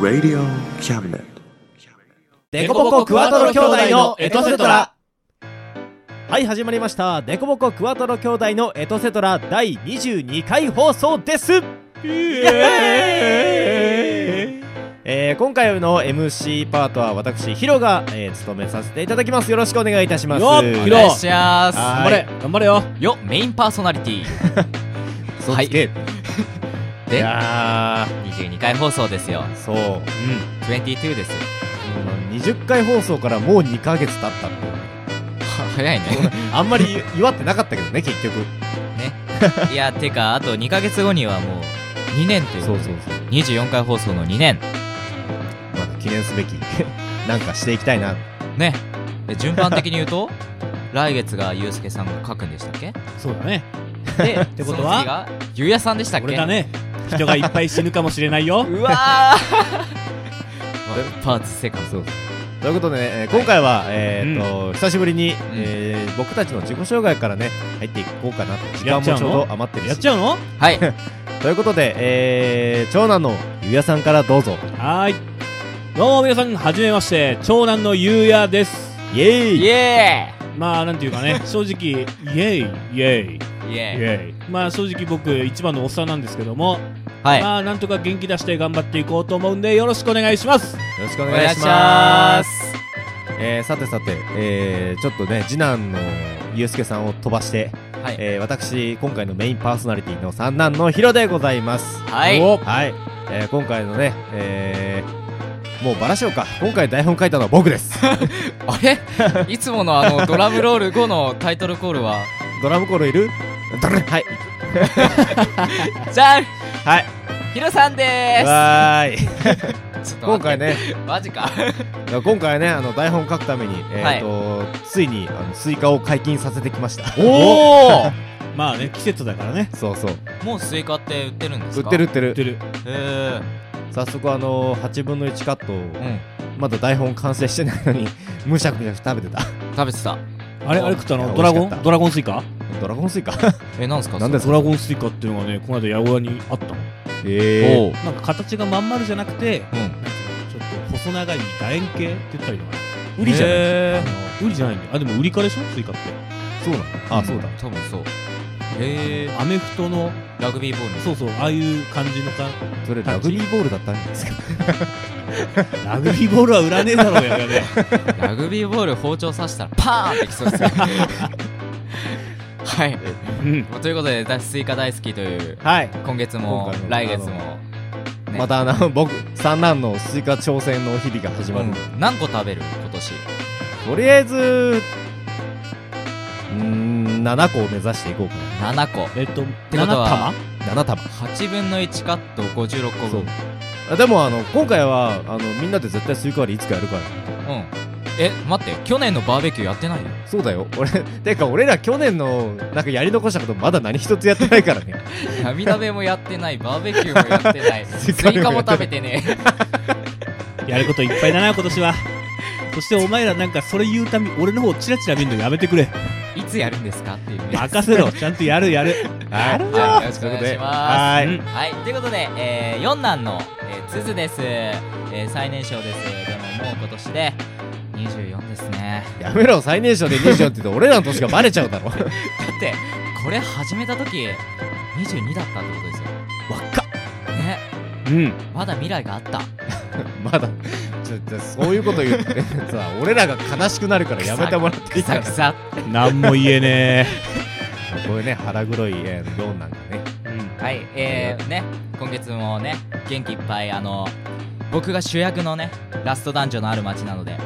Radio Cabinet. デコボコクワトロ兄弟のエトセトラはい始まりましたデコボコクワトロ兄弟のエトセトラ第22回放送ですえー今回の MC パートは私ヒロが、えー務めさせていただきますよろしくお願いいたしますよっヒおロ願いしますは頑張れ頑張れよよメインパーソナリティ嘘つけいでや22回放送ですよーそう、うん、 22ですよ 20回放送からもう2ヶ月経ったっていうは早いねあんまり祝ってなかったけどね結局いやてかあと2ヶ月後にはもう2年というそうそうそう24回放送の2年まだ記念すべき なんかしていきたいなねで順番的に言うと 来月がゆうすけさんが書くんでしたっけそうだねでってことはがゆうやさんでしたっけ俺だね人がいっぱい死ぬかもしれな いようわーパーツセカンドそうということでね、えー今回は、えーっと久しぶりに、えー僕たちの自己紹介からね入っていこうかなと時間やもちっちょゃううのど余ってるやっしちゃうのはいということで、えー長男のゆうやさんからどうぞはーいどうも皆さんはじめまして長男のゆうやですイエーイイエまあなんていう かね正直イエイイエイイーイイエーイエイまあ正直僕一番のおっさんなんですけども、はいまあなんとか元気出して頑張っていこうと思うんでよろしくお願いしますよろしくおお願い願いししまますすえーさてさて、えーちょっとね次男のゆうすけさんを飛ばして、はいえー私今回のメインパーソナリティの三男のヒロでございますはいおはい、えー今回のね、えーもうバラしようか今回台本書いたのは僕ですあれいつものあのドラムロール後のタイトルコールはドラムコールいるドルンはいじゃんはいヒロさんでわーいす今回ねマジか今回ねあの台本書くために、えーとついにあのスイカを解禁させてきましたおお まあね季節だからねそうそう もうスイカって売ってるんです売かってる売って売ってるるへ早速あの8分の1カットを、えうんまだ台本完成してないのに むしゃくしゃ食べてた食べてたあれあれ食ったいやのドラ美ゴ味しかったンドラゴンスイカドラゴンスイカえなんですかなんですドラゴンスイカっていうのがねこの間八百屋にあったのそえれー、おうなんか形がまん丸じゃなくてうんちょっと細長い楕円形って言ったらいいのかなウリじゃないへウリじゃないんだよあでもウリ科でしょスイカってそうなのあそうだ多分そうへえアメフトのラグビーボールのそうそうああいう感じのかそれラグビーボールだったんですかラグビーボールは売らねえだろうやべ えラグビーボール包丁刺したらパーンってきそうですねはいうんということでだスイカ大好きというはい今月今も回も来月もねまたあの 僕三男のスイカ挑戦の日々が始まる、うん何個食べる今年とりあえずうーん7個を目指していこうか7個えっとてことは玉な7束8分の1カット56個そう分あでもあの今回はあのみんなで絶対スイカ割りいつかやるからうんえ待って去年のバーベキューやってない よそうだよ俺てか俺ら去年のなんかやり残したことまだ何一つやってないからね闇鍋もやってないバーベキューもやって ないススイイカもやってないカも食べてねやることいっぱいだな今 年はそしてお前らなんかそれ言うため俺の方チラチラ見るのやめてくれ いつやるんですかっていうね任せ ろちゃんとやるやるはいじゃあよろしくお願いしまはういんすはいということで、えー、四男の、えー、つづです、えー、最年少ですでももう今年で24ですねやめろ最年少で24って言って俺らの年がバレちゃうだろだってこれ始めた時22だったってことですよ若っねうんまだ未来があったまだちょちょそういうこと言って さ俺らが悲しくなるからやめてもらっていいくかなさくさなんも言えね こういうね腹黒いえー四男がねえうんはいえー、ね今月もね元気いっぱいあの僕が主役のねラスト男女のある街なので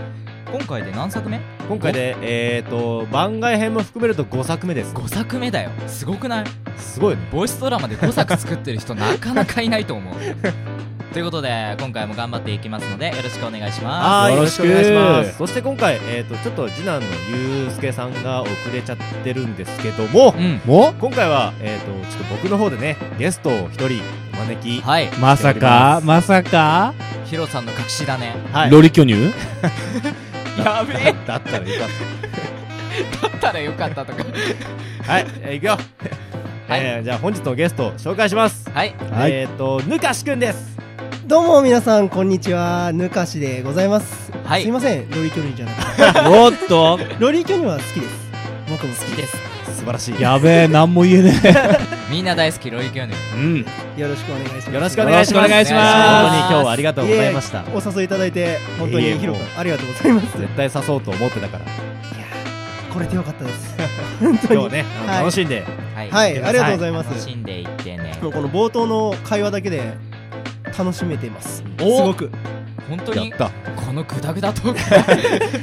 今回で何作目今回でえっ、ー、と番外編も含めると5作目です5作目だよすごくないすごいねボイスドラマで5作作ってる人なかなかいないと 思うということで今回も頑張っていきますのでよろしくお願いしまはいよよろろししくくお願いしますそして今回、えー、とちょっと次男のゆうすけさんが遅れちゃってるんですけどもすうんも今回は、えー、とちょっと僕の方でねゲストを一人お招きはいまさかまさかヒロさんの隠しだねはいロリ巨乳 やべえだったらよかっ だったらよかったとかたはい、えー、いくよはいえーじゃあ本日のゲスト紹介しますはいはいえっ、ー、とぬかしくんですどうも皆さんこんにちはぬかしでございます、はいすいませんロリー距離じゃなくておっとロリー距離は好きです僕も好きです素晴らしいやべえ何も言えねえみんな大好きロイキョヌうんよろしくお願いしますよろしくお願いしますよろしくお願いします本当に今日はありがとうございましたお誘いいただいて本当いえいにえヒロ君もありがとうございます絶対誘おうと思ってたからこれてよかったです本当今に日ね、あのはい楽しんではいはいありがとうございます楽しんでいってね今日この冒頭の会話だけで楽しめていますすおごく本当やにったこのグダグダトーク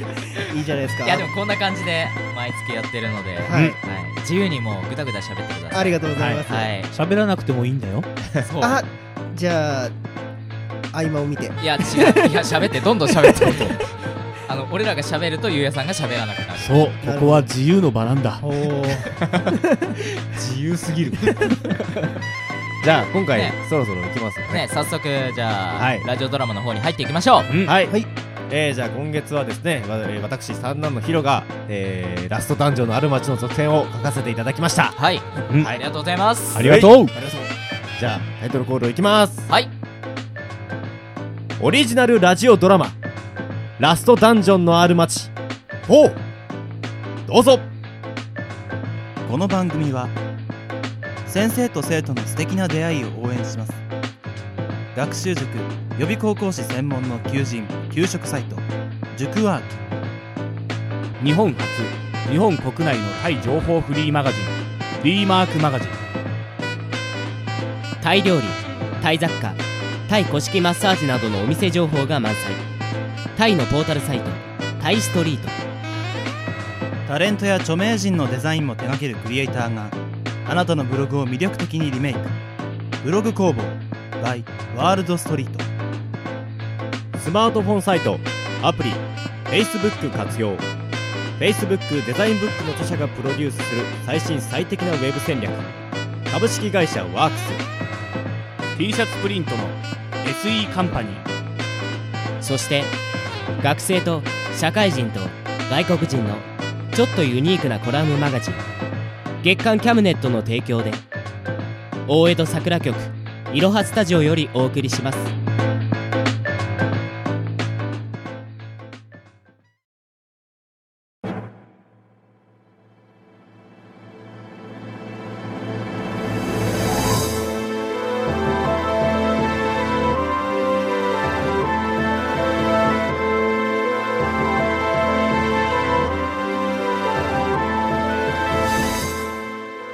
いいじゃないです かいやでもこんな感じで毎月やってるので、ははい、い、自由にもうグダグダ喋ってくださいありがとうございます、はい喋らなくてもいいんだよそうあじゃあ合間を見ていや違ういや喋ってどんどん喋って あの俺らが喋るとゆうやさんが喋らなくなるそうここは自由の場なんだおお自由すぎる じゃあ今回、ねそろそろ行きますよねね早速じゃあ、はいラジオドラマの方に入っていきましょううんはい、はいえーじゃあ今月はですねわえー私三男のヒロが、えーラストダンジョンのある町の続編を書かせていただきましたはい、うんありがとうございますありがとうありがとうじゃあタイトルコールいきますはいオリジナルラジオドラマラストダンジョンのある町4どうぞこの番組は先生と生徒の素敵な出会いを応援します学習塾予備高校士専門の求人・給食サイト塾ワーク日本初日本国内のタイ情報フリーマガジン「リーマークマガジンタイ料理タイ雑貨タイ古式マッサージなどのお店情報が満載タイのポータルサイトタイストリートタレントや著名人のデザインも手掛けるクリエイターがあなたのブログを魅力的にリメイクブログ工房 by ワールドストリートスマートフォンサイトアプリ Facebook 活用 Facebook デザインブックの著者がプロデュースする最新最適なウェブ戦略株式会社ワークス」 T シャツプリントの SE カンパニーそして学生と社会人と外国人のちょっとユニークなコラムマガジン月刊キャムネットの提供で大江戸桜局いろはスタジオよりお送りします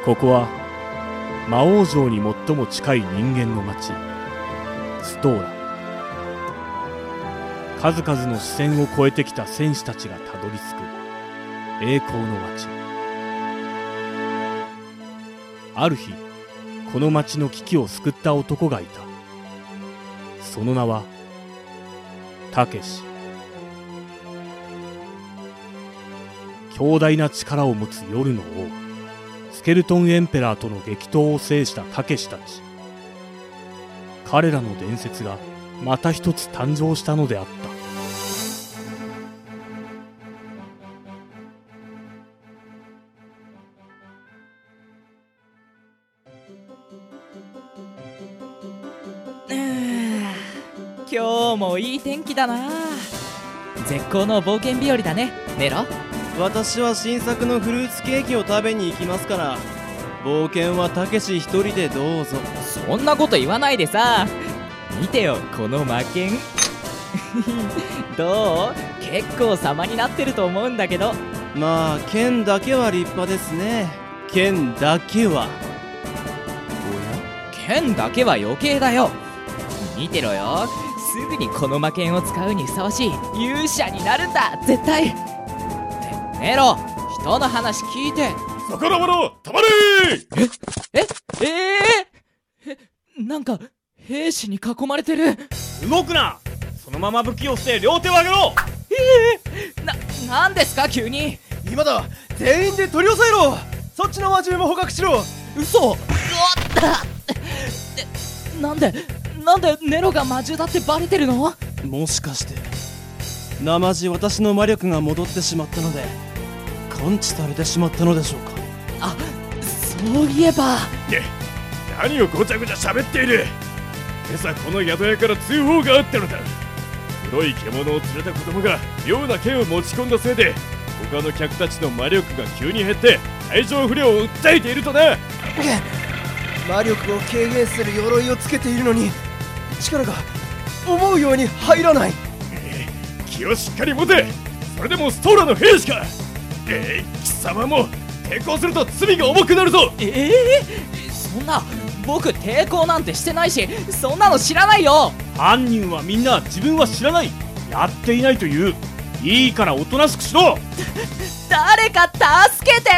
ここは魔王城に最も近い人間の町ストーラ数々の視線を越えてきた戦士たちがたどり着く栄光の町ある日この町の危機を救った男がいたその名はたけし強大な力を持つ夜の王スケルトンエンペラーとの激闘を制したたけしたち彼らの伝説がまた一つ誕生したのであった今日もいい天気だな絶好の冒険日和だねネロ私は新作のフルーツケーキを食べに行きますから冒険はたけし一人でどうぞそんなこと言わないでさ見てよこの魔剣 どう結構様になってると思うんだけどまあ剣だけは立派ですね剣だけは剣だけは余計だよ見てろよすぐにこの魔剣を使うにふさわしい勇者になるんだ絶対ってネロ人の話聞いて逆らわなたまれええなんか兵士に囲まれてる動くなそのまま武器を捨て両手を上げろななんですか急に今だ全員で取り押さえろそっちの魔獣も捕獲しろ嘘なんでなんでネロが魔獣だってバレてるのもしかしてなまじ私の魔力が戻ってしまったので感知されてしまったのでしょうかそそういえば何をごちゃごちゃ喋っている今朝この宿屋から通報があったのだ黒い獣を連れた子供が妙な剣を持ち込んだせいで他の客たちの魔力が急に減って体調不良を訴えているとな魔力を軽減する鎧をつけているのに力が思うように入らない気をしっかり持てそれでもストーラの兵士かえー、貴様も抵抗すると罪が重くなるぞええそんな僕抵抗なんてしてないしそんなの知らないよ犯人はみんな自分は知らないやっていないといういいからおとなしくしろ 誰か助けて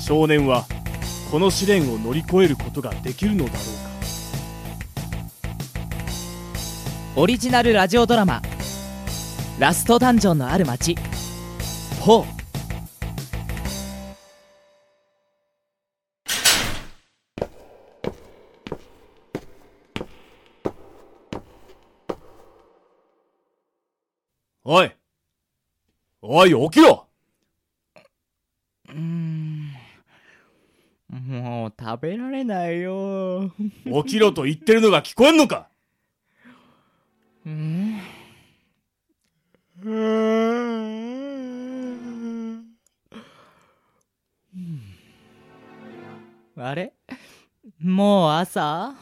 少年はこの試練を乗り越えることができるのだろオリジナルラジオドラマ「ラストダンジョンのある街」4うかおいおい起きろうーんもう食べられないよ起きろと言ってるのが聞こえんのかうんあれもう朝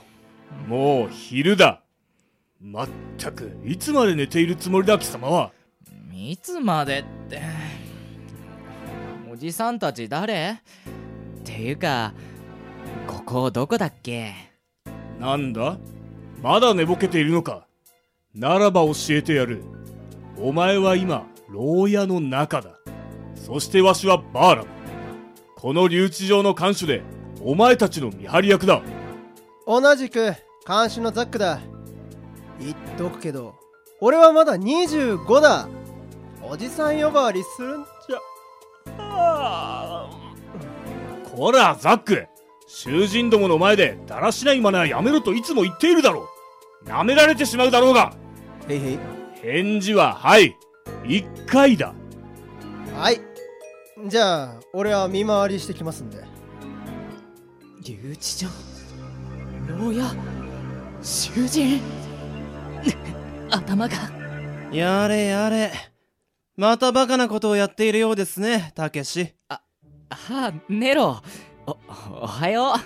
もう昼だまったくいつまで寝ているつもりだ貴様はいつまでっておじさんたち誰っていうかここどこだっけなんだまだ寝ぼけているのかならば教えてやるお前は今牢屋の中だそしてわしはバーラムこの留置場の看守でお前たちの見張り役だ同じく監視のザックだ言っとくけど俺はまだ25だおじさん呼ばわりするんじゃこらザック囚人どもの前でだらしない真似はやめろといつも言っているだろうなめられてしまうだろうがへいへい返事ははい一回だはいじゃあ俺は見回りしてきますんで留置場牢屋囚人 頭がやれやれまたバカなことをやっているようですねたけしああネロおおはよう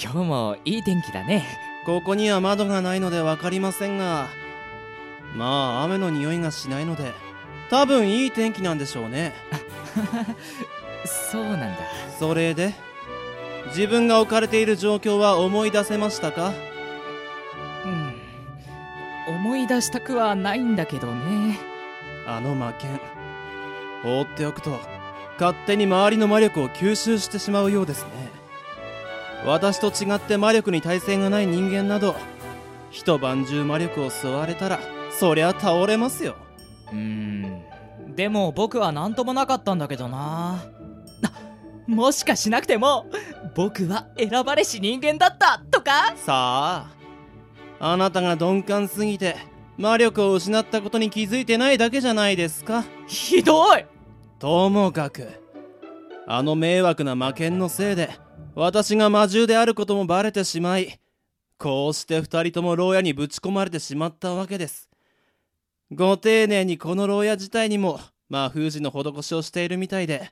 今日もいい天気だねここには窓がないので分かりませんがまあ雨の匂いがしないので多分いい天気なんでしょうねそうなんだそれで自分が置かれている状況は思い出せましたかうん思い出したくはないんだけどねあの魔剣放っておくと勝手に周りの魔力を吸収してしまうようですね私と違って魔力に耐性がない人間など一晩中魔力を吸われたらそりゃ倒れますようーんでも僕は何ともなかったんだけどなあもしかしなくても僕は選ばれし人間だったとかさああなたが鈍感すぎて魔力を失ったことに気づいてないだけじゃないですかひどいともかくあの迷惑な魔剣のせいで私が魔獣であることもバレてしまいこうして二人とも牢屋にぶち込まれてしまったわけですご丁寧にこの牢屋自体にも魔封じの施しをしているみたいで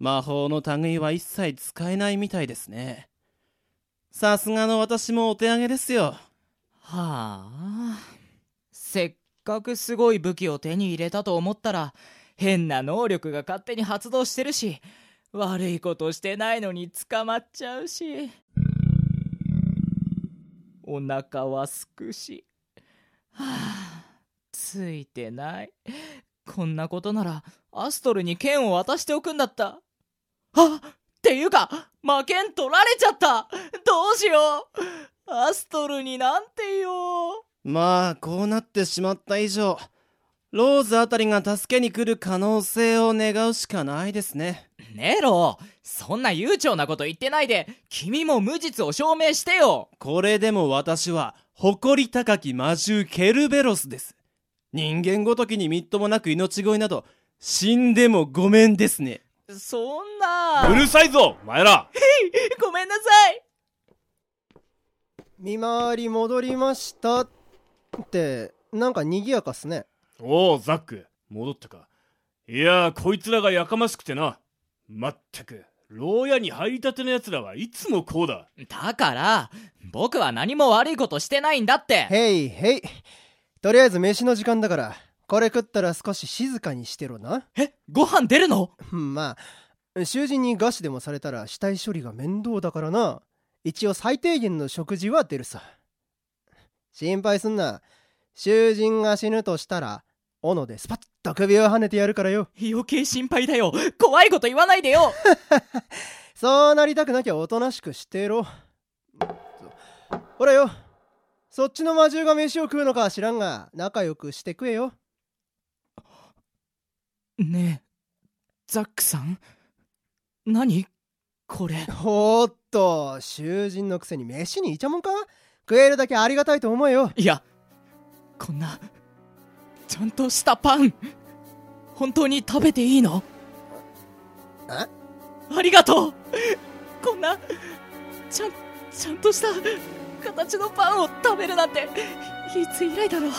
魔法の類は一切使えないみたいですねさすがの私もお手上げですよはあせっかくすごい武器を手に入れたと思ったら変な能力が勝手に発動してるし悪いことしてないのに捕まっちゃうしお腹はすくしはあついてないこんなことならアストルに剣を渡しておくんだったあっていうか魔剣取られちゃったどうしようアストルになんてよまあこうなってしまった以上ローズあたりが助けに来る可能性を願うしかないですねネロそんな悠長なこと言ってないで君も無実を証明してよこれでも私は誇り高き魔獣ケルベロスです人間ごときにみっともなく命乞いなど死んでもごめんですね。そんなうるさいぞお前らへいごめんなさい見回り戻りましたってなんか賑やかっすねおおザック戻ったかいやーこいつらがやかましくてなまったく牢屋に入りたてのやつらはいつもこうだだから僕は何も悪いことしてないんだってへいへいとりあえず飯の時間だからこれ食ったら少し静かにしてろな えご飯出るのまあ囚人に餓死でもされたら死体処理が面倒だからな一応最低限の食事は出るさ心配すんな囚人が死ぬとしたら斧でスパッと首を跳ねてやるからよ余計心配だよ怖いこと言わないでよそうなりたくなきゃおとなしくしてろほらよそっちの魔獣が飯を食うのかは知らんが仲良くしてくれよねえザックさん何これおーっと囚人のくせに飯にいちゃもんか食えるだけありがたいと思えよいやこんなちゃんとしたパン本当に食べていいのあありがとうこんなちゃんちゃんとした形のパンを食べるなんていつ以来だろう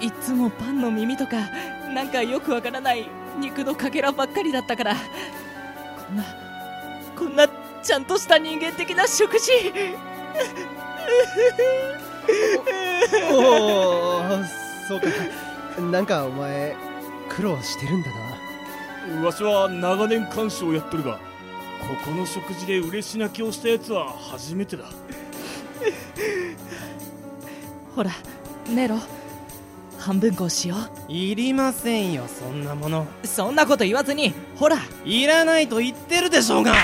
いつもパンの耳とかなんかよくわからない肉のかけらばっかりだったからこんなこんなちゃんとした人間的な食事おおそうかなんかお前苦労してるんだなわしは長年看守をやっとるがここの食事で嬉し泣きをしたやつは初めてだほらネロ半分こしよいりませんよそんなものうそんなこと言わずにほらいらないと言ってるでしょうが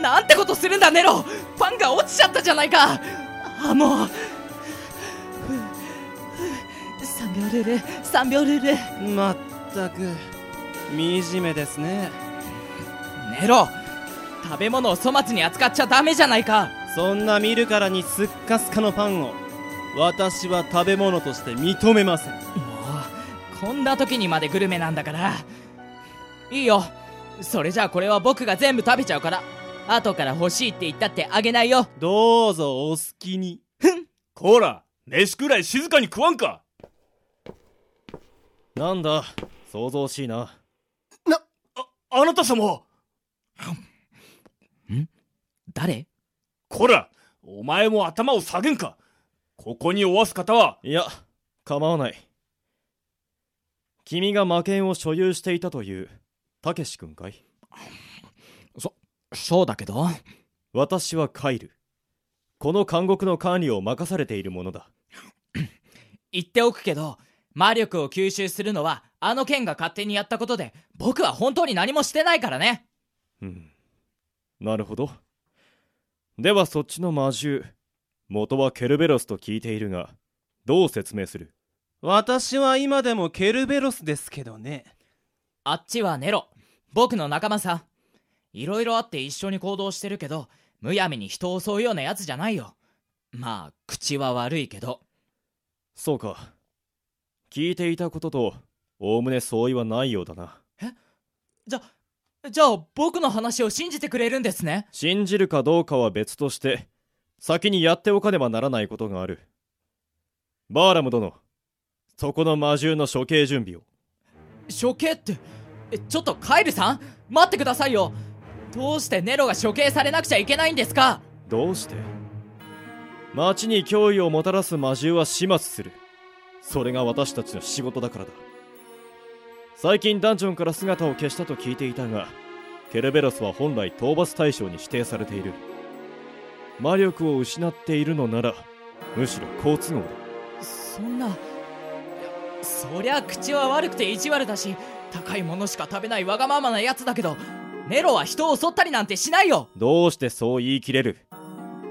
なんてことするんだネロパンが落ちちゃったじゃないかあもうふうふう3秒ルール3秒ルールまったく惨めですねネロ食べ物を粗末に扱っちゃダメじゃないかそんな見るからにすっかすかのパンを私は食べ物として認めませんもうこんな時にまでグルメなんだからいいよそれじゃあこれは僕が全部食べちゃうから後から欲しいって言ったってあげないよどうぞお好きにこら飯くらい静かに食わんかなんだ、想像しいな。あなた様誰こらお前も頭を下げんかここにおわす方はいや、構わない。君が魔剣を所有していたという、たけし君かいそうだけど私はカイル。この監獄の管理を任されているものだ。言っておくけど魔力を吸収するのはあの剣が勝手にやったことで僕は本当に何もしてないからねうん。なるほど。ではそっちの魔獣。元はケルベロスと聞いているが、どう説明する私は今でもケルベロスですけどねあっちはネロ僕の仲間さいろいろあって一緒に行動してるけどむやみに人を襲うようなやつじゃないよまあ口は悪いけどそうか。聞いていたことと、おおむね相違はないようだな。じゃあ僕の話を信じてくれるんですね信じるかどうかは別として、先にやっておかねばならないことがある。バーラム殿、そこの魔獣の処刑準備を。処刑ってえちょっとカイルさん待ってくださいよどうしてネロが処刑されなくちゃいけないんですかどうして町に脅威をもたらす魔獣は始末する。それが私たちの仕事だからだ。最近ダンジョンから姿を消したと聞いていたが、ケルベロスは本来討伐対象に指定されている。魔力を失っているのなら、むしろ好都合だ。そんないやそりゃ口は悪くて意地悪だし高いものしか食べないわがままなやつだけどネロは人を襲ったりなんてしないよどうしてそう言い切れる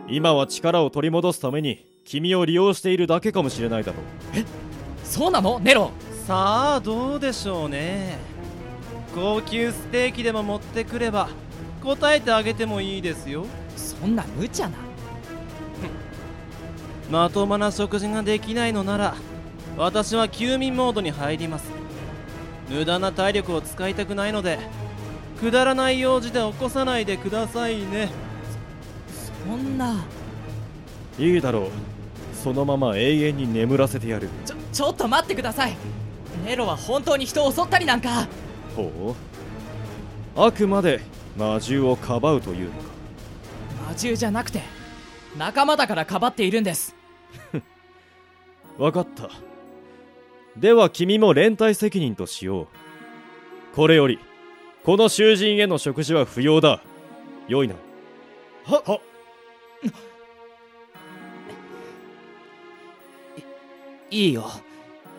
今は力を取り戻すために君を利用しているだけかもしれないだろそうなのネロさあどうでしょうね高級ステーキでも持ってくれば答えてあげてもいいですよそんな無茶なまともな食事ができないのなら私は休眠モードに入ります無駄な体力を使いたくないのでくだらない用事で起こさないでくださいねそんないいだろうそのまま永遠に眠らせてやるちょちょっと待ってくださいネロは本当に人を襲ったりなんかほうあくまで魔獣をかばうというのか魔獣じゃなくて仲間だからかばっているんです分かったでは君も連帯責任としようこれよりこの囚人への食事は不要だ良いなはははいいよ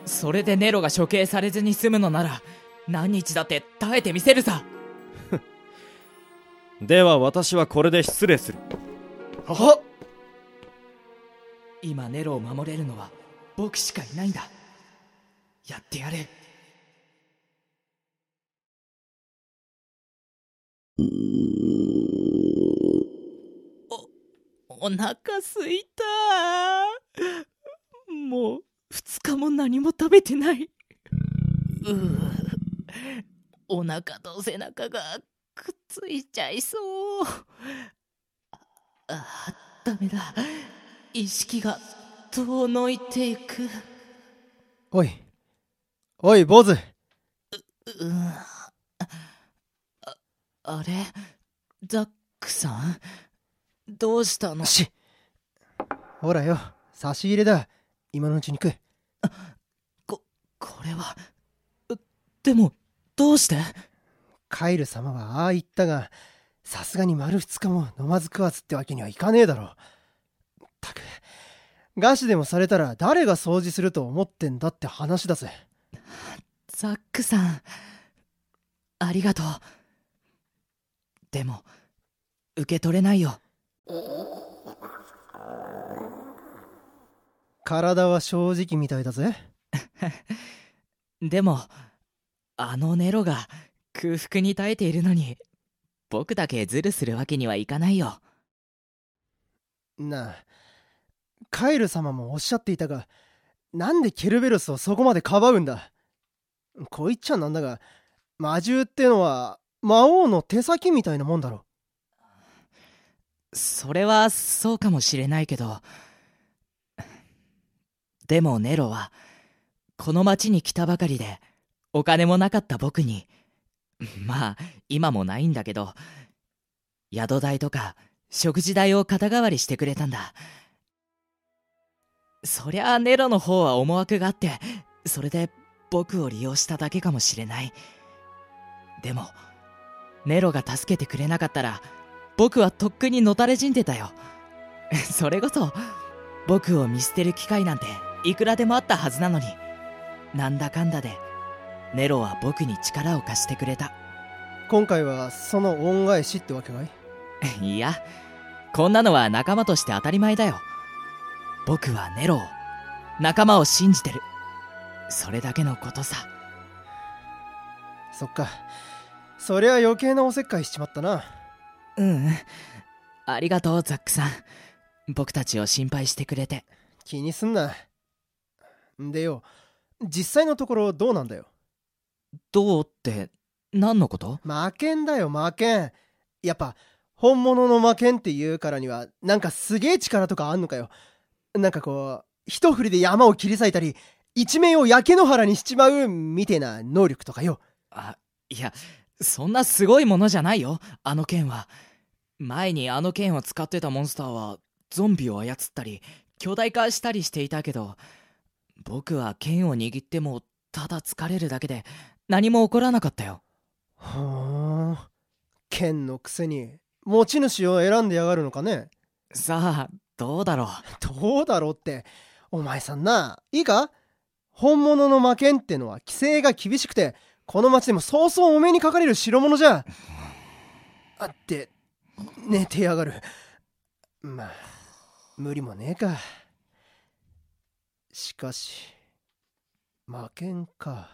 それでネロが処刑されずに済むのなら何日だって耐えてみせるさでは私はこれで失礼するは今ネロを守れるのは僕しかいないんだやってやれおお腹すいたもう2日も何も食べてないううお腹と背中がくっついちゃいそうあダメだ意識が遠のいていくうおいおい坊主うんああれザックさんどうしたのしほらよ差し入れだ今のうちに食えこれはうでもどうしてカイル様はああ言ったがさすがに丸2日も飲まず食わずってわけにはいかねえだろったく餓死でもされたら誰が掃除すると思ってんだって話だぜザックさんありがとうでも受け取れないよ体は正直みたいだぜでもあのネロが空腹に耐えているのに僕だけズルするわけにはいかないよなあカエル様もおっしゃっていたがなんでケルベロスをそこまでかばうんだこう言っちゃなんだが魔獣ってのは魔王の手先みたいなもんだろそれはそうかもしれないけどでもネロはこの町に来たばかりでお金もなかった僕にまあ今もないんだけど宿代とか食事代を肩代わりしてくれたんだそりゃあネロの方は思惑があってそれで僕を利用しただけかもしれないでもネロが助けてくれなかったら僕はとっくにのたれ死んでたよ それこそ僕を見捨てる機会なんていくらでもあったはずなのになんだかんだでネロは僕に力を貸してくれた 今回はその恩返しってわけかいいやこんなのは仲間として当たり前だよ僕はネロを仲間を信じてるそれだけのことさそっかそりゃ余計なおせっかいしちまったなうんうんありがとうザックさん僕たちを心配してくれて気にすんなんでよ実際のところどうなんだよどうって何のこと魔剣だよ魔剣やっぱ本物の魔剣って言うからにはなんかすげえ力とかあんのかよなんかこう一振りで山を切り裂いたり一面を焼け野原にしちまうみてえな能力とかよあいやそんなすごいものじゃないよあの剣は前にあの剣を使ってたモンスターはゾンビを操ったり巨大化したりしていたけど僕は剣を握ってもただ疲れるだけで何も起こらなかったよほー剣のくせに持ち主を選んでやがるのかねさあどうだろうどうだろうってお前さんないいか本物の魔剣ってのは規制が厳しくてこの町でもそうそうお目にかかれる代物じゃあって寝てやがるまあ無理もねえかしかし魔剣か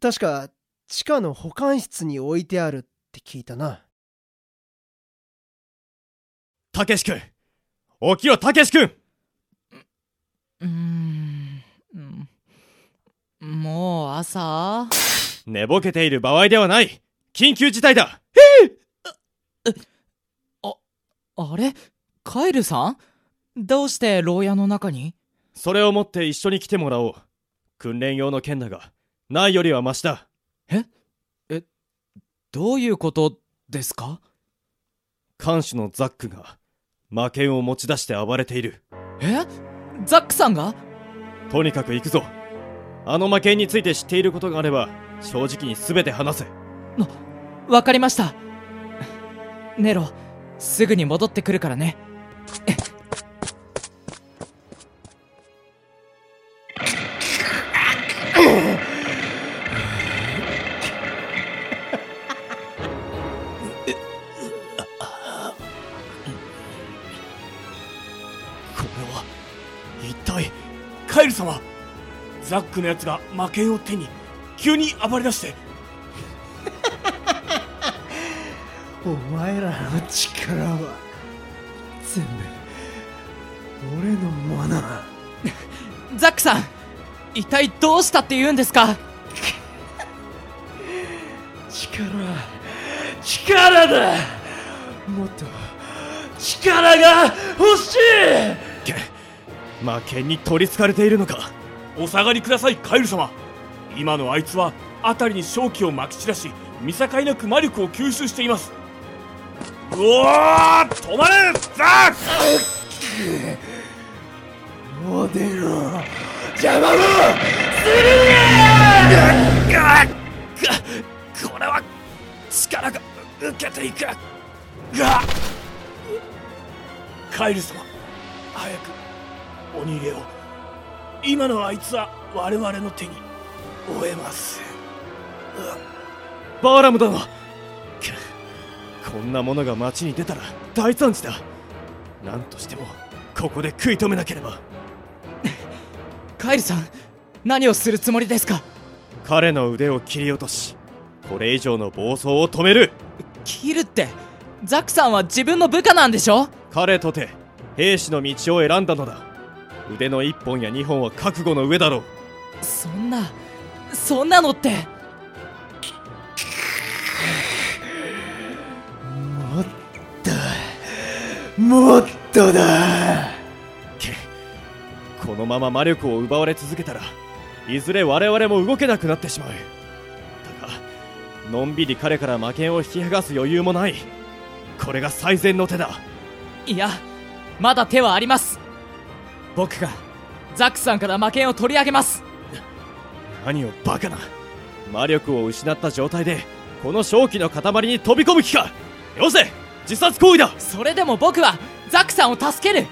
確か地下の保管室に置いてあるって聞いたなたけし君起きろたけし君うーんうんもう朝寝ぼけている場合ではない緊急事態だあれカエルさんどうして牢屋の中にそれを持って一緒に来てもらおう訓練用の剣だがないよりはマシだどういうことですか看守のザックが魔剣を持ち出して暴れているえザックさんがとにかく行くぞあの魔剣について知っていることがあれば正直に全て話せわかりました。ネロ、すぐに戻ってくるからね。これは一体カエル様ザックのやつが魔剣を手に急に暴れ出してお前らの力は全部俺のものザックさん、一体どうしたって言うんですか力力だもっと力が欲しい魔剣に取りつかれているのかお下がりくださいカエル様今のあいつは辺りに正気をまき散らし見境なく魔力を吸収していますうおー止まれザックもう出ろ邪魔をこれは力が受けていくがカエル様早く鬼入れを今のあいつは我々の手に負えますバーラムだわくっこんなものが町に出たら大惨事だ何としてもここで食い止めなければカエルさん、何をするつもりですか彼の腕を切り落としこれ以上の暴走を止める切るって、ザックさんは自分の部下なんでしょ彼とて兵士の道を選んだのだ腕の1本や2本は覚悟の上だろうそんな、そんなのって、もっとだけこのまま魔力を奪われ続けたらいずれ我々も動けなくなってしまうだがのんびり彼から魔剣を引き剥がす余裕もないこれが最善の手だいや、まだ手はあります。僕が、ザックさんから魔剣を取り上げます。何をバカな魔力を失った状態でこの正気の塊に飛び込む気かよせ自殺行為だそれでも僕はザクさんを助ける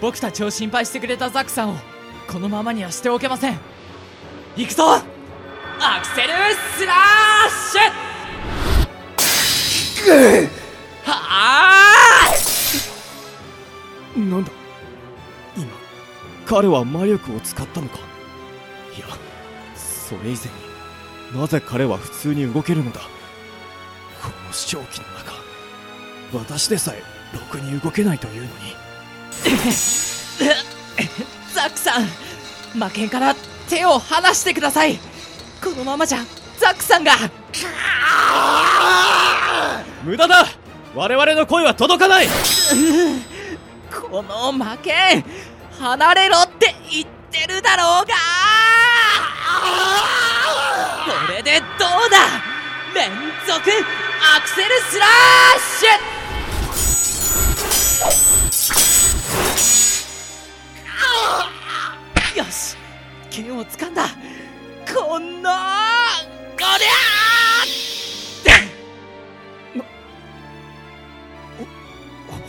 僕たちを心配してくれたザクさんをこのままにはしておけません行くぞアクセルスラッシュはあなんだ今彼は魔力を使ったのかいやそれ以前になぜ彼は普通に動けるのだこの正気の中私でさえろくに動けないというのにザクさん魔剣から手を離してくださいこのままじゃザクさんが無駄だ我々の声は届かないこの魔剣離れろって言ってるだろうがこれでどうだ連続アクセルスラッシュよし剣を掴んだこんなこりゃーって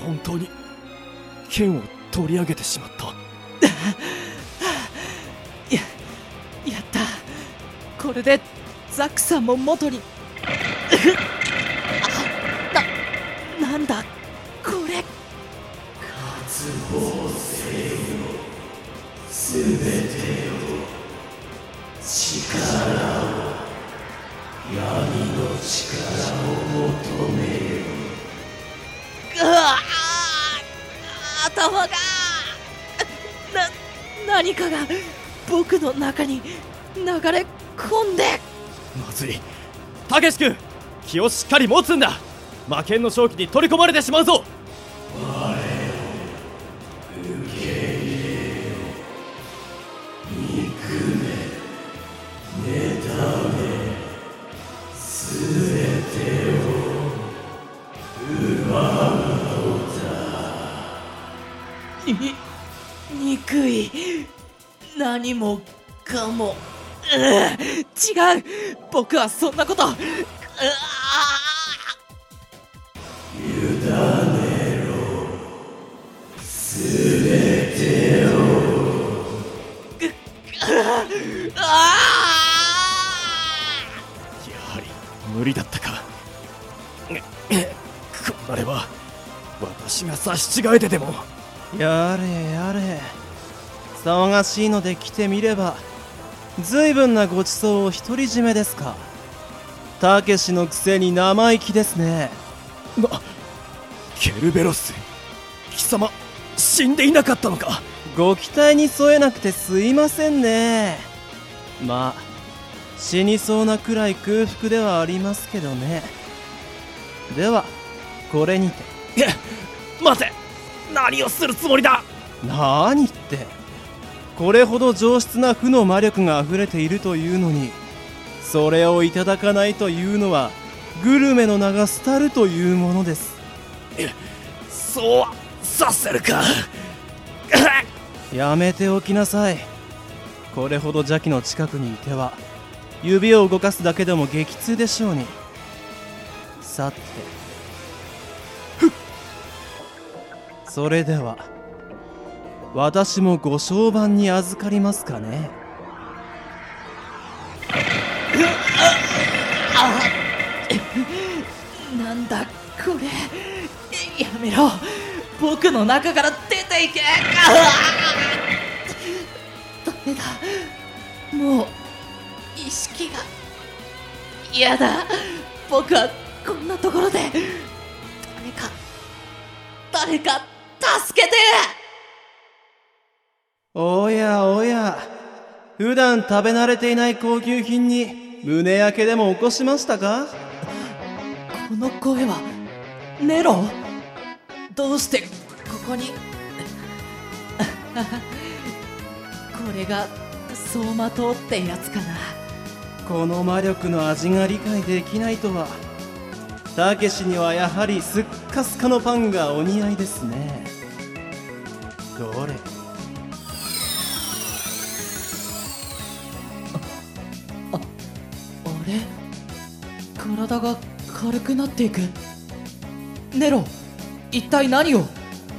本当に剣を取り上げてしまったやったこれでザクさんも元にうっあななんだこれ渇望せよ全てを力を闇の力を求めようわあ頭がな何かが僕の中に流れ込んでまずいたけし君気をしっかり持つんだ魔剣の正気に取り込まれてしまうぞに憎い何もかもうう違う僕はそんなことうわー無理だったかこうなれば私が差し違えてでもやれやれ騒がしいので来てみれば随分なごちそうを独り占めですかたけしのくせに生意気ですねケルベロス貴様死んでいなかったのかご期待に添えなくてすいませんねまあ死にそうなくらい空腹ではありますけどねではこれにて待て何をするつもりだ何ってこれほど上質な負の魔力が溢れているというのにそれをいただかないというのはグルメの名が廃るというものですそうはさせるかやめておきなさいこれほど邪気の近くにいては指を動かすだけでも激痛でしょうにさてそれでは私もご相伴に預かりますかねなんだこれやめろ僕の中から出ていけああダメだもう意識が嫌だ僕はこんなところで誰か誰か助けておやおや普段食べ慣れていない高級品に胸焼けでも起こしましたかこの声はネロどうしてここに これが走馬灯ってやつかなこの魔力の味が理解できないとはたけしにはやはりすっかすかのパンがお似合いですねどれあれ体が軽くなっていくネロ一体何を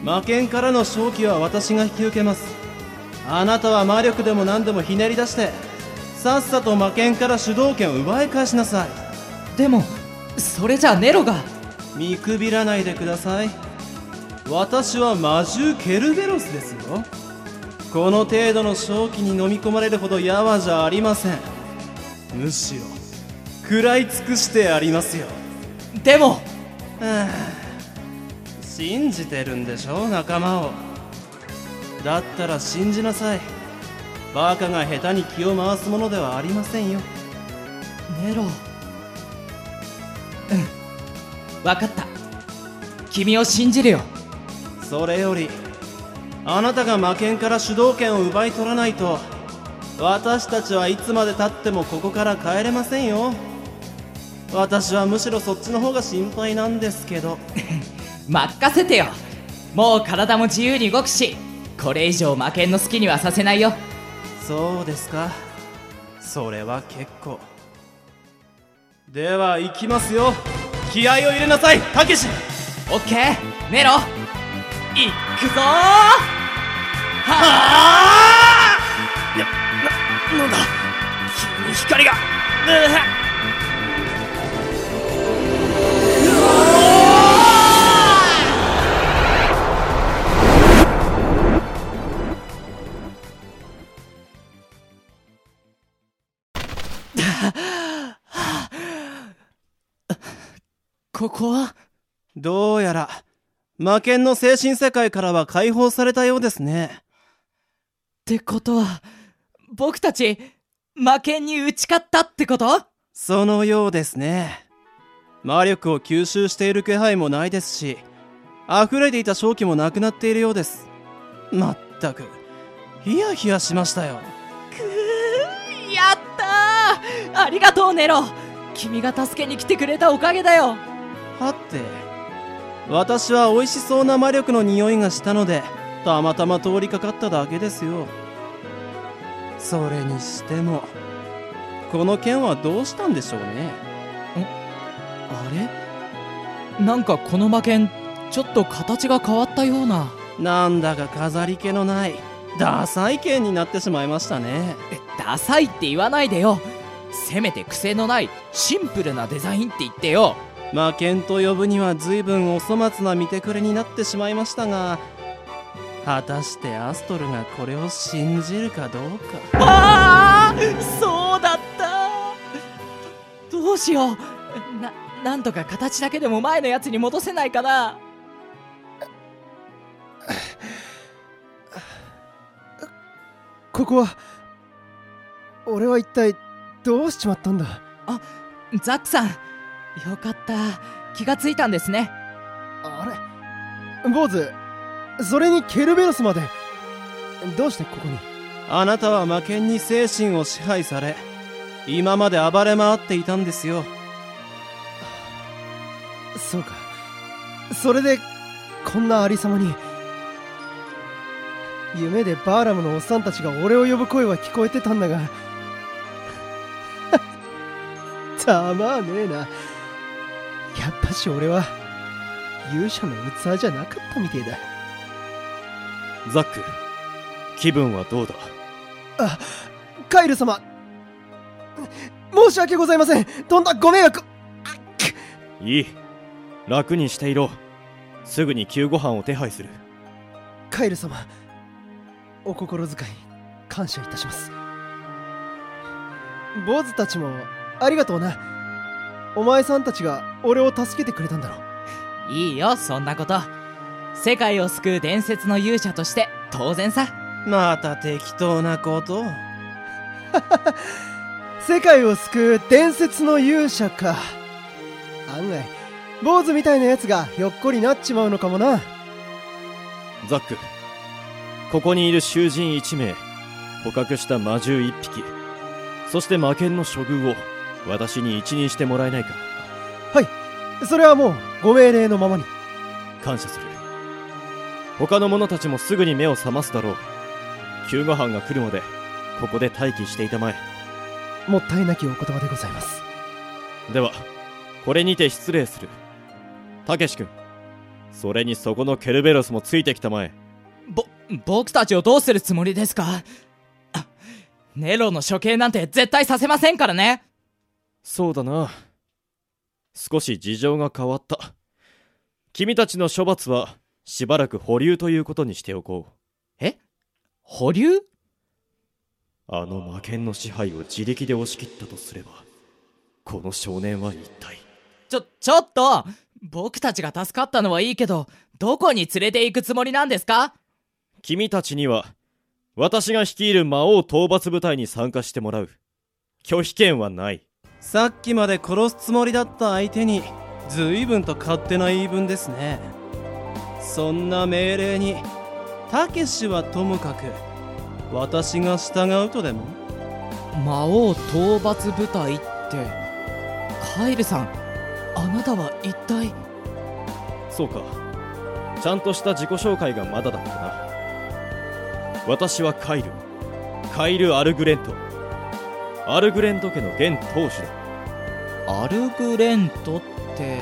魔剣からの勝機は私が引き受けますあなたは魔力でも何でもひねり出してさっさと魔剣から主導権を奪い返しなさいでもそれじゃネロが見くびらないでください私は魔獣ケルベロスですよこの程度の正気に飲み込まれるほどやわじゃありませんむしろ食らい尽くしてやりますよでもはあ信じてるんでしょ仲間をだったら信じなさいバカが下手に気を回すものではありませんよネロうん分かった君を信じるよそれよりあなたが魔剣から主導権を奪い取らないと私たちはいつまでたってもここから帰れませんよ私はむしろそっちの方が心配なんですけど任せてよもう体も自由に動くしこれ以上魔剣の好きにはさせないよそうですかそれは結構では行きますよ気合を入れなさいたけしオッケーネロいっくぞーはあなんだ急に光がここはどうやら魔剣の精神世界からは解放されたようですねってことは僕たち魔剣に打ち勝ったってことそのようですね魔力を吸収している気配もないですし溢れていた正気もなくなっているようですまったくヒヤヒヤしましたよやったーありがとうネロ君が助けに来てくれたおかげだよはって私は美味しそうな魔力の匂いがしたのでたまたま通りかかっただけですよそれにしてもこの剣はどうしたんでしょうねあれなんかこの魔剣ちょっと形が変わったようななんだか飾り気のないダサい剣になってしまいましたねダサいって言わないでよせめて癖のないシンプルなデザインって言ってよ魔剣と呼ぶには随分お粗末な見てくれになってしまいましたが果たしてアストルがこれを信じるかどうかああそうだったどうしようななんとか形だけでも前のやつに戻せないかなここは俺は一体どうしちまったんだあザックさんよかった気がついたんですねあれ坊主それにケルベロスまでどうしてここにあなたは魔剣に精神を支配され今まで暴れ回っていたんですよそうかそれでこんなありさまに夢でバーラムのおっさんたちが俺を呼ぶ声は聞こえてたんだが たまねえなやっぱし俺は勇者の器じゃなかったみてえだザック気分はどうだあカイル様申し訳ございませんとんだご迷惑いい楽にしていろすぐに救護班を手配するカイル様お心遣い感謝いたします坊主たちもありがとうなお前さんたちが俺を助けてくれたんだろういいよそんなこと世界を救う伝説の勇者として当然さまた適当なことを世界を救う伝説の勇者か案外坊主みたいなやつがひょっこりなっちまうのかもなザックここにいる囚人1名捕獲した魔獣1匹そして魔剣の処遇を私に一任してもらえないかはいそれはもうご命令のままに感謝する他の者たちもすぐに目を覚ますだろう救護班が来るまでここで待機していたまえもったいなきお言葉でございますではこれにて失礼するたけし君それにそこのケルベロスもついてきたまえぼ僕たちをどうするつもりですかネロの処刑なんて絶対させませんからねそうだな少し事情が変わった君たちの処罰はしばらく保留ということにしておこうえ保留あの魔剣の支配を自力で押し切ったとすればこの少年は一体ちょちょっと僕たちが助かったのはいいけどどこに連れて行くつもりなんですか君たちには私が率いる魔王討伐部隊に参加してもらう拒否権はないさっきまで殺すつもりだった相手に随分と勝手な言い分ですねそんな命令にたけしはともかく私が従うとでも魔王討伐部隊ってカイルさんあなたは一体そうかちゃんとした自己紹介がまだだったな私はカイルカイル・アルグレントアルグレント家の現当主だアルグレントって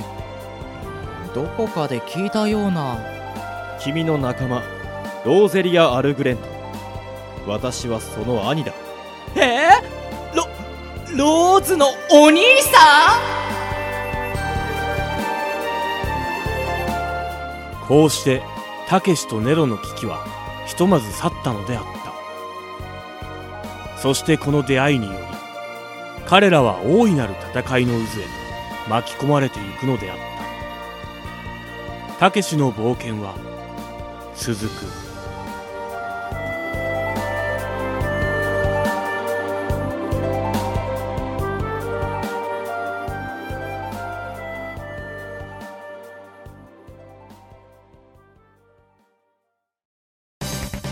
どこかで聞いたような君の仲間ローゼリア・アルグレント私はその兄だえー、ロローズのお兄さんこうしてたけしとネロの危機はひとまず去ったのであったそしてこの出会いにより彼らは大いなる戦いの渦へ巻き込まれていくのであったたけしの冒険は続く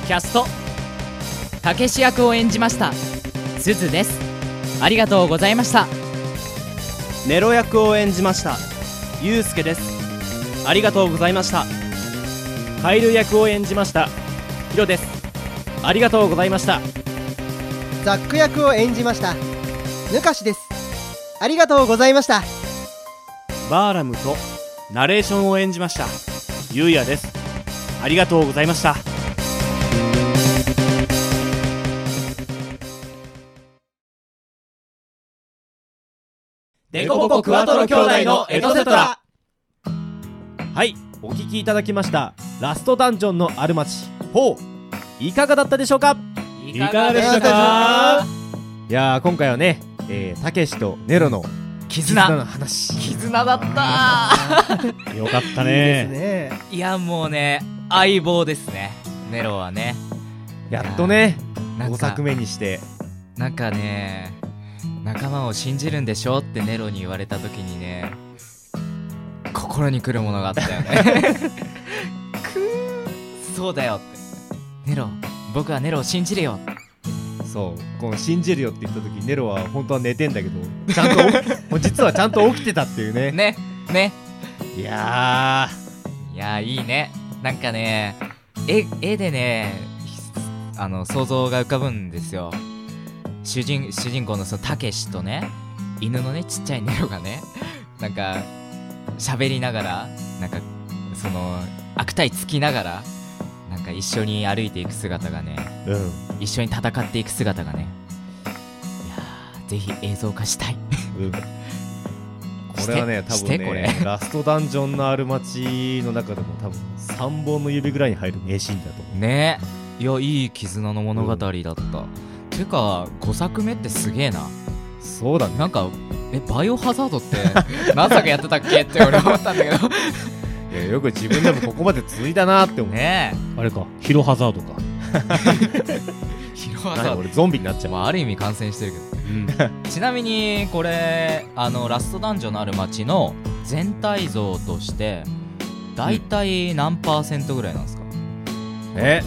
キャストたけし役を演じましたすずですありがとうございましたネロ役を演じましたゆうすけですありがとうございましたカイル役を演じましたヒロですありがとうございましたザック役を演じましたぬかしですありがとうございましたバーラムとナレーションを演じましたゆうやですありがとうございましたデコボコクワトロ兄弟のエトセトラはいお聞きいただきましたラストダンジョンのある町4いかがだったでしょうかいかがでしたかいやー今回はねえーたけしとネロの絆絆の話絆だったよかったねいいですね いやもうね相棒ですねネロはねやっとねなんか5作目にしてなんかね仲間を信じるんでしょってネロに言われた時にね心に来るものがあったよねくーそうだよってネロ僕はネロを信じるよそうこの「信じるよ」って言った時ネロは本当は寝てんだけど ちゃんと起きもう実はちゃんと起きてたっていうねねねいやいやいいねなんかね絵絵でねあの想像が浮かぶんですよ主人主人公のそのたけしとね犬のねちっちゃいネロがねなんか喋りながらなんかその悪態つきながらなんか一緒に歩いていく姿がねーうん一緒に戦っていく姿がねいやーぜひ映像化したいうんこれはね多し分てしてこねれラストダンジョンのある街の中でも多分3本の指ぐらいに入る名シーンだと思ねいやいい絆の物語だった、てか5作目ってすげえなうそうだねなんかえバイオハザードって 何作やってたっけって俺思ったんだ けどいやよく自分でもここまで続いたなって思 うねあれかヒロハザードかえ広なんか技俺ゾンビになっちゃうまあある意味感染してるけど、 ちなみにこれあのラストダンジョンのある街の全体像として大体何パーセントぐらいなんですか、え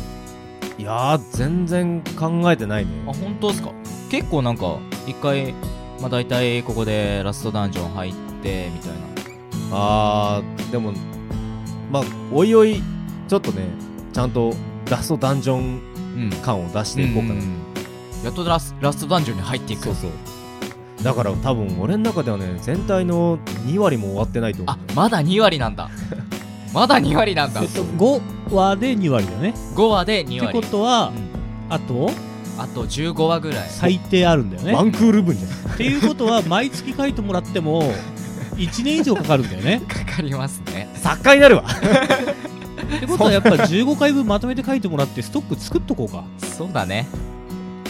いやー全然考えてないねあ本当ですか結構なんか一回まあ大体ここでラストダンジョン入ってみたいなあーでもまあおいおいちょっとねちゃんとラストダンジョンうん感を出していこうかな、やっとラスラストダンジョンに入っていくそうそうだから多分俺の中ではね全体の2割も終わってないと思うあまだ2割な んだまだ2割なんだえっと5話で2割だね5話で2って割ことはうんあとあと15話ぐらい最低あるんだよねワンクール分じゃないっていうことは毎月書いてもらっても1年以上かかるんだよねかかりますね作家になるわってことはやっぱ15回分まとめて書いてもらってストック作っとこうかそうだね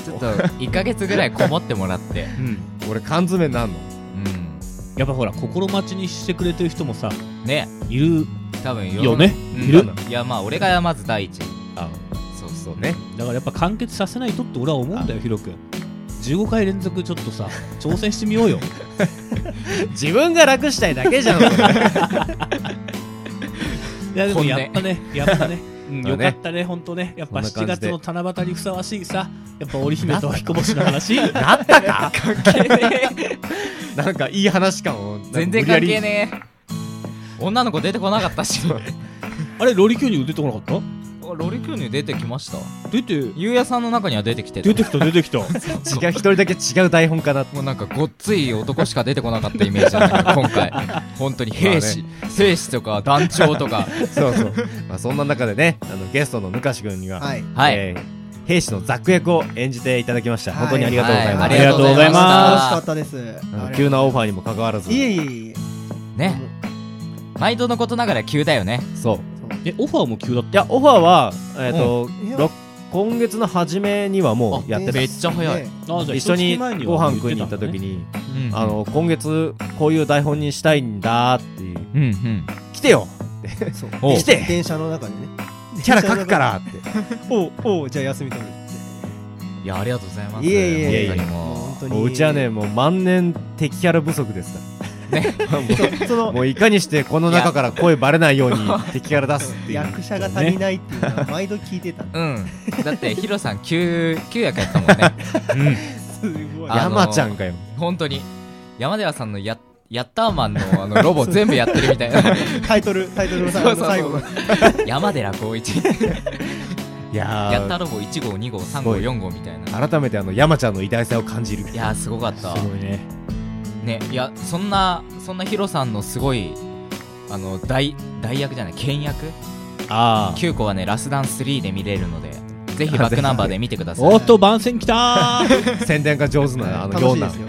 ちょ っと1ヶ月ぐらいこもってもらってうん俺缶詰になんのうやっぱほら心待ちにしてくれてる人もさんねいる多分世のよねうんいるいやまあ俺がまず第一あそうそうそうねだからやっぱ完結させないとって俺は思うんだよヒロ君15回連続ちょっとさ挑戦してみようよ 自分が楽したいだけじゃんいやでも本音やっぱねやっぱね、うんまあよねかったね本当ねやっぱそ7んな感じ月での七夕にふさわしいさやっぱ織姫と彦星の 話なったか関係ねえなんかいい話感を全然関係ねねえ女の子出てこなかったし あれロリキューに出てこなかっロリクーニュ出てきましたた出てゆうやさんの中には出てきてた出てきた出てきた違う一人だけ違う台本かなもうなんかごっつい男しか出てこなかったイメージなんだけど今回本当に兵士、兵士とか団長とかそうそう、 まあ、そんな中でねあのゲストのぬかし君には、はいはい、えー兵士のザック役を演じていただきました、はい本当にありがとうございます、はありがとうございます楽しかありがとうございまっしたですあの急なオファーにもかかわらずいえいえいえね毎度のことながら急だよねそうえオファーも急だっいやオファーは、えーとうんいやろ今月の初めにはもうやってめてっちゃ早いたあじゃあ一緒に一月前ごは飯食いに行った時言てに、うんあの今月こういう台本にしたいんだっていううんうん来てよそうおう来て電車の中でねキャラ書くからっておうおうじゃあ休み取るっていやありがとうございますいえいえいえ本当にもうも本当にもううちはねもう万年敵キャラ不足ですかねそ の もういかにしてこの中から声バレないように敵から出すっていう役者が足りないっていうのは毎度聞いてたうんだってヒロさん9九役やったもんねすごいあの山ちゃんかよ本当に山寺さんのやヤッターマンのあのロボ全部やってるみたいなタイトルタイトルのさそうそうそう最後の山寺光一いやーヤッターロボ1号2号3号すごい4号みたいな改めてあの山ちゃんの偉大さを感じるいやーすごかったすごいねねいやそんなそんなヒロさんのすごいあの大大役じゃない倹約あ9個はねラスダン3で見れるのでぜひバックナンバーで見てくださいおっと番宣来たー 宣伝が上手な楽しいですよ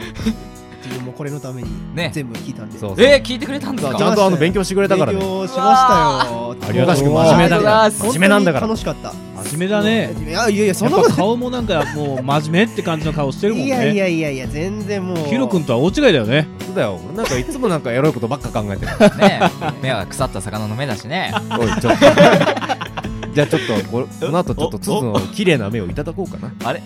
自分もこれのためにね全部聞いたんでそうそうえー聞いてくれたんですか聞きまちゃんとあよの勉強してくれたからね勉強しましたよありがとう確かに真面目だからありがとうござい真ます面目なんだから本当に楽しかっ真面目だねいやいやいやそんなことやっぱ顔もなんかもう真面目って感じの顔してたるもんいねやいやいやいや全然もうヒロ君とは大違いだよね そうだよ俺なんかいつもなんかエロいことばっか考えてる ねえ目は腐った魚の目だしねおいちょっと じゃあちょっとここの後ちょっとつの綺麗な目をいただこうかなあれ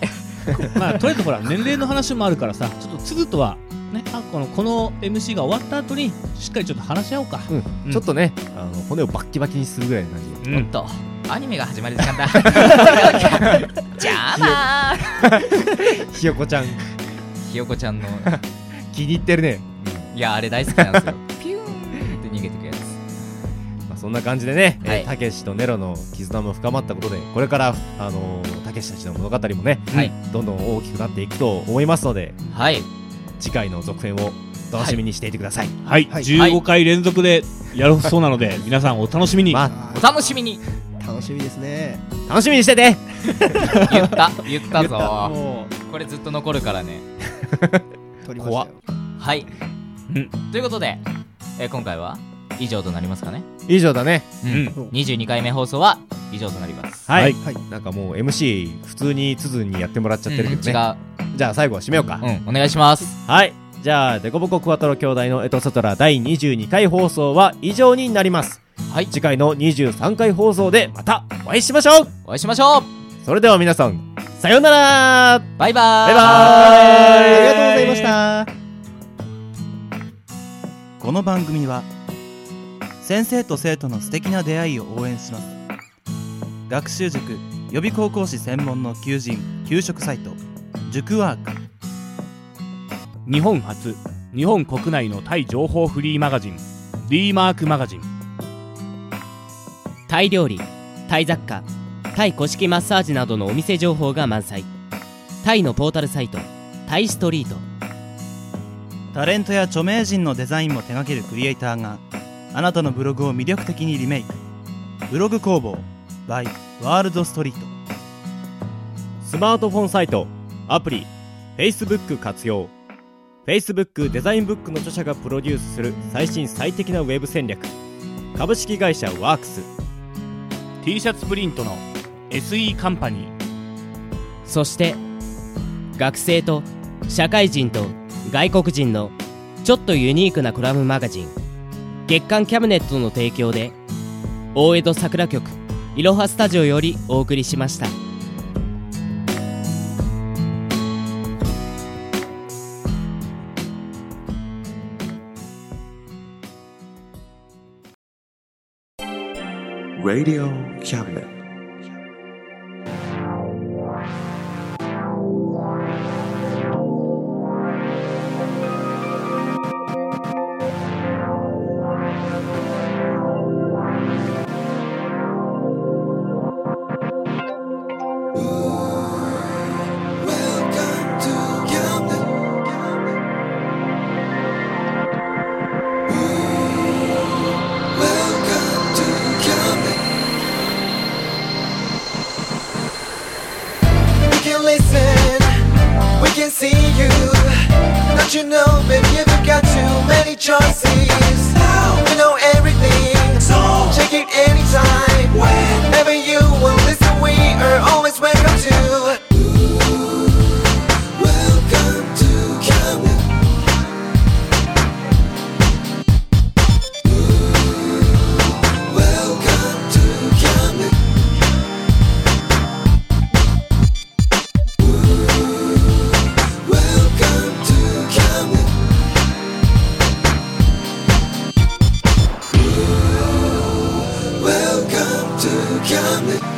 まあとりあえ ずほら年齢の話もあるからさちょっとつずとはねあこのこの MC が終わった後にしっかりちょっと話し合おうかうんちょっとねあの骨をバッキバキにするぐらいの感じおっとアニメが始まる時間 だじゃあなーひよこちゃんひよこちゃんの気に入ってるねいやあれ大好きなんですよピューンって逃げてくやつまあ、そんな感じでね、えーたけしとネロの絆も深まったことでこれから、あのーたけしたちの物語もね、はいどんどん大きくなっていくと思いますので、はい、次回の続編を楽しみにしていてください。はい、15回連続でやるそうなので皆さんお楽しみに、お楽しみに楽しみですね楽しみにしてて言った言った 言ったぞもこれずっと残るからね怖はいということで、えー今回は以上となりますかね以上だね、 22回目放送は以上となりますはい、なんかもう MC 普通につづにやってもらっちゃってるけどね、じゃあ最後は締めようかうんお願いしますはいじゃあデコボコクワトロ兄弟のエトセトラ第22回放送は以上になりますはい次回の23回放送でまたお会いしましょうお会いしましょうそれでは皆さんさようならバイバーイバイバイありがとうございましたこの番組は先生と生徒の素敵な出会いを応援します学習塾予備高校士専門の求人・給食サイト塾ワーク日本初日本国内のタイ情報フリーマガジン D マークマガジンタイ料理タイ雑貨タイ古式マッサージなどのお店情報が満載タイのポータルサイトタイストリートタレントや著名人のデザインも手掛けるクリエイターがあなたのブログを魅力的にリメイクブログ工房 by ワールドストリートスマートフォンサイト、アプリ、Facebook 活用。Facebook デザインブックの著者がプロデュースする最新最適なウェブ戦略。株式会社ワークス。 T シャツプリントの SE カンパニーそして学生と社会人と外国人のちょっとユニークなコラムマガジン月刊キャムネットの提供で大江戸桜局いろはスタジオよりお送りしました。 Radio Cabinet. Welcome to Camden. coming